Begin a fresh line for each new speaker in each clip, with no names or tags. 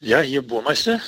Ja, hier Burmeister.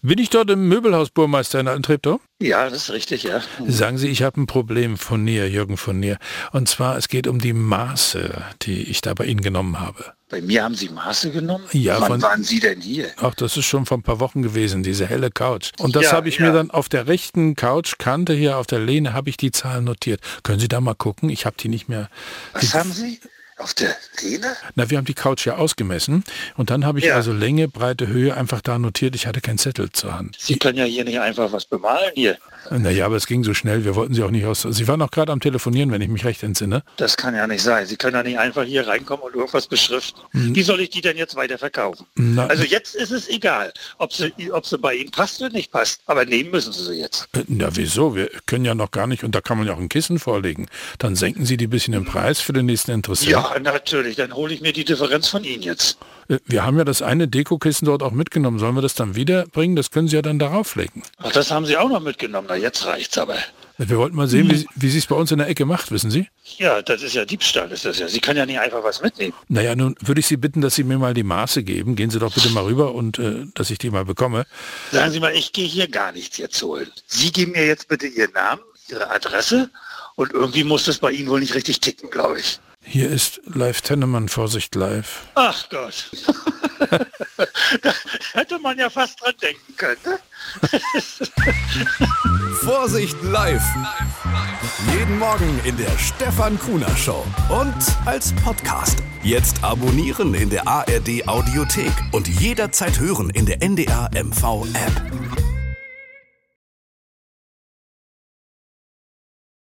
Bin ich dort im Möbelhaus Burmeister in Alten Treptow?
Ja, das ist richtig, ja.
Sagen Sie, ich habe ein Problem von Nier, Jürgen von Nier. Und zwar, es geht um die Maße, die ich da bei Ihnen genommen habe.
Bei mir haben Sie Maße genommen?
Ja,
Wann
von-
waren Sie denn hier?
Ach, das ist schon vor ein paar Wochen gewesen, diese helle Couch. Und das
Ja,
habe ich
ja.
mir dann auf der rechten Couchkante hier auf der Lehne, habe ich die Zahlen notiert. Können Sie da mal gucken? Ich habe die nicht mehr.
Was haben Sie? Auf der Lehne?
Na, wir haben die Couch ja ausgemessen. Und dann habe ich
Ja.
also Länge, Breite, Höhe einfach da notiert. Ich hatte keinen Zettel zur Hand.
Sie können ja hier nicht einfach was bemalen hier.
Naja, aber es ging so schnell. Wir wollten sie auch nicht aus. Sie waren auch gerade am Telefonieren, wenn ich mich recht entsinne.
Das kann ja nicht sein. Sie können ja nicht einfach hier reinkommen und irgendwas beschriften. Wie soll ich die denn jetzt weiter verkaufen?
Hm. Na,
Also jetzt ist es egal, ob sie, ob sie bei Ihnen passt oder nicht passt. Aber nehmen müssen Sie sie jetzt.
äh, na wieso? Wir können ja noch gar nicht. Und da kann man ja auch ein Kissen vorlegen. Dann senken Sie die bisschen im Preis für den nächsten Interessenten.
Ja, natürlich. Dann hole ich mir die Differenz von Ihnen jetzt.
Äh, Wir haben ja das eine Dekokissen dort auch mitgenommen. Sollen wir das dann wiederbringen? Das können Sie ja dann darauf legen. Äh,
Ach, das haben Sie auch noch mitgenommen. Na, jetzt reicht's aber.
Wir wollten mal sehen, wie, wie sie es bei uns in der Ecke macht, wissen Sie?
Ja, das ist ja Diebstahl, ist das ja. Sie können ja nicht einfach was mitnehmen.
Naja, nun würde ich Sie bitten, dass Sie mir mal die Maße geben. Gehen Sie doch bitte mal rüber und äh, dass ich die mal bekomme.
Sagen Sie mal, ich gehe hier gar nichts jetzt holen. Sie geben mir jetzt bitte Ihren Namen, Ihre Adresse und irgendwie muss das bei Ihnen wohl nicht richtig ticken, glaube ich.
Hier ist Live Tennemann, Vorsicht live.
Ach Gott. da hätte man ja fast dran denken können. Ne?
Vorsicht live. Jeden Morgen in der Stefan Kuhner Show und als Podcast. Jetzt abonnieren in der ARD Audiothek und jederzeit hören in der NDR MV App.